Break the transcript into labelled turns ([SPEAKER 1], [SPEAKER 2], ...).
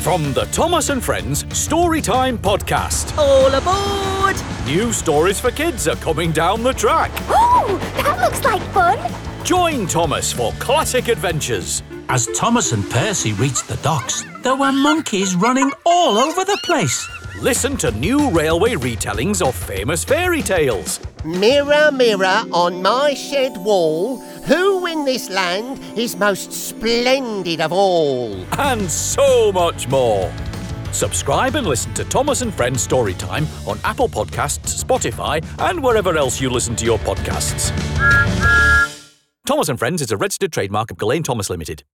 [SPEAKER 1] From the Thomas and Friends Storytime Podcast.
[SPEAKER 2] All aboard!
[SPEAKER 1] New stories for kids are coming down the track.
[SPEAKER 3] Oh, that looks like fun.
[SPEAKER 1] Join Thomas for classic adventures.
[SPEAKER 4] As Thomas and Percy reached the docks, there were monkeys running all over the place.
[SPEAKER 1] Listen to new railway retellings of famous fairy tales.
[SPEAKER 5] Mirror, mirror on my shed wall, who in this land is most splendid of all?
[SPEAKER 1] And so much more. Subscribe and listen to Thomas and Friends Storytime on Apple Podcasts, Spotify, and wherever else you listen to your podcasts. Thomas and Friends is a registered trademark of Galen Thomas Limited.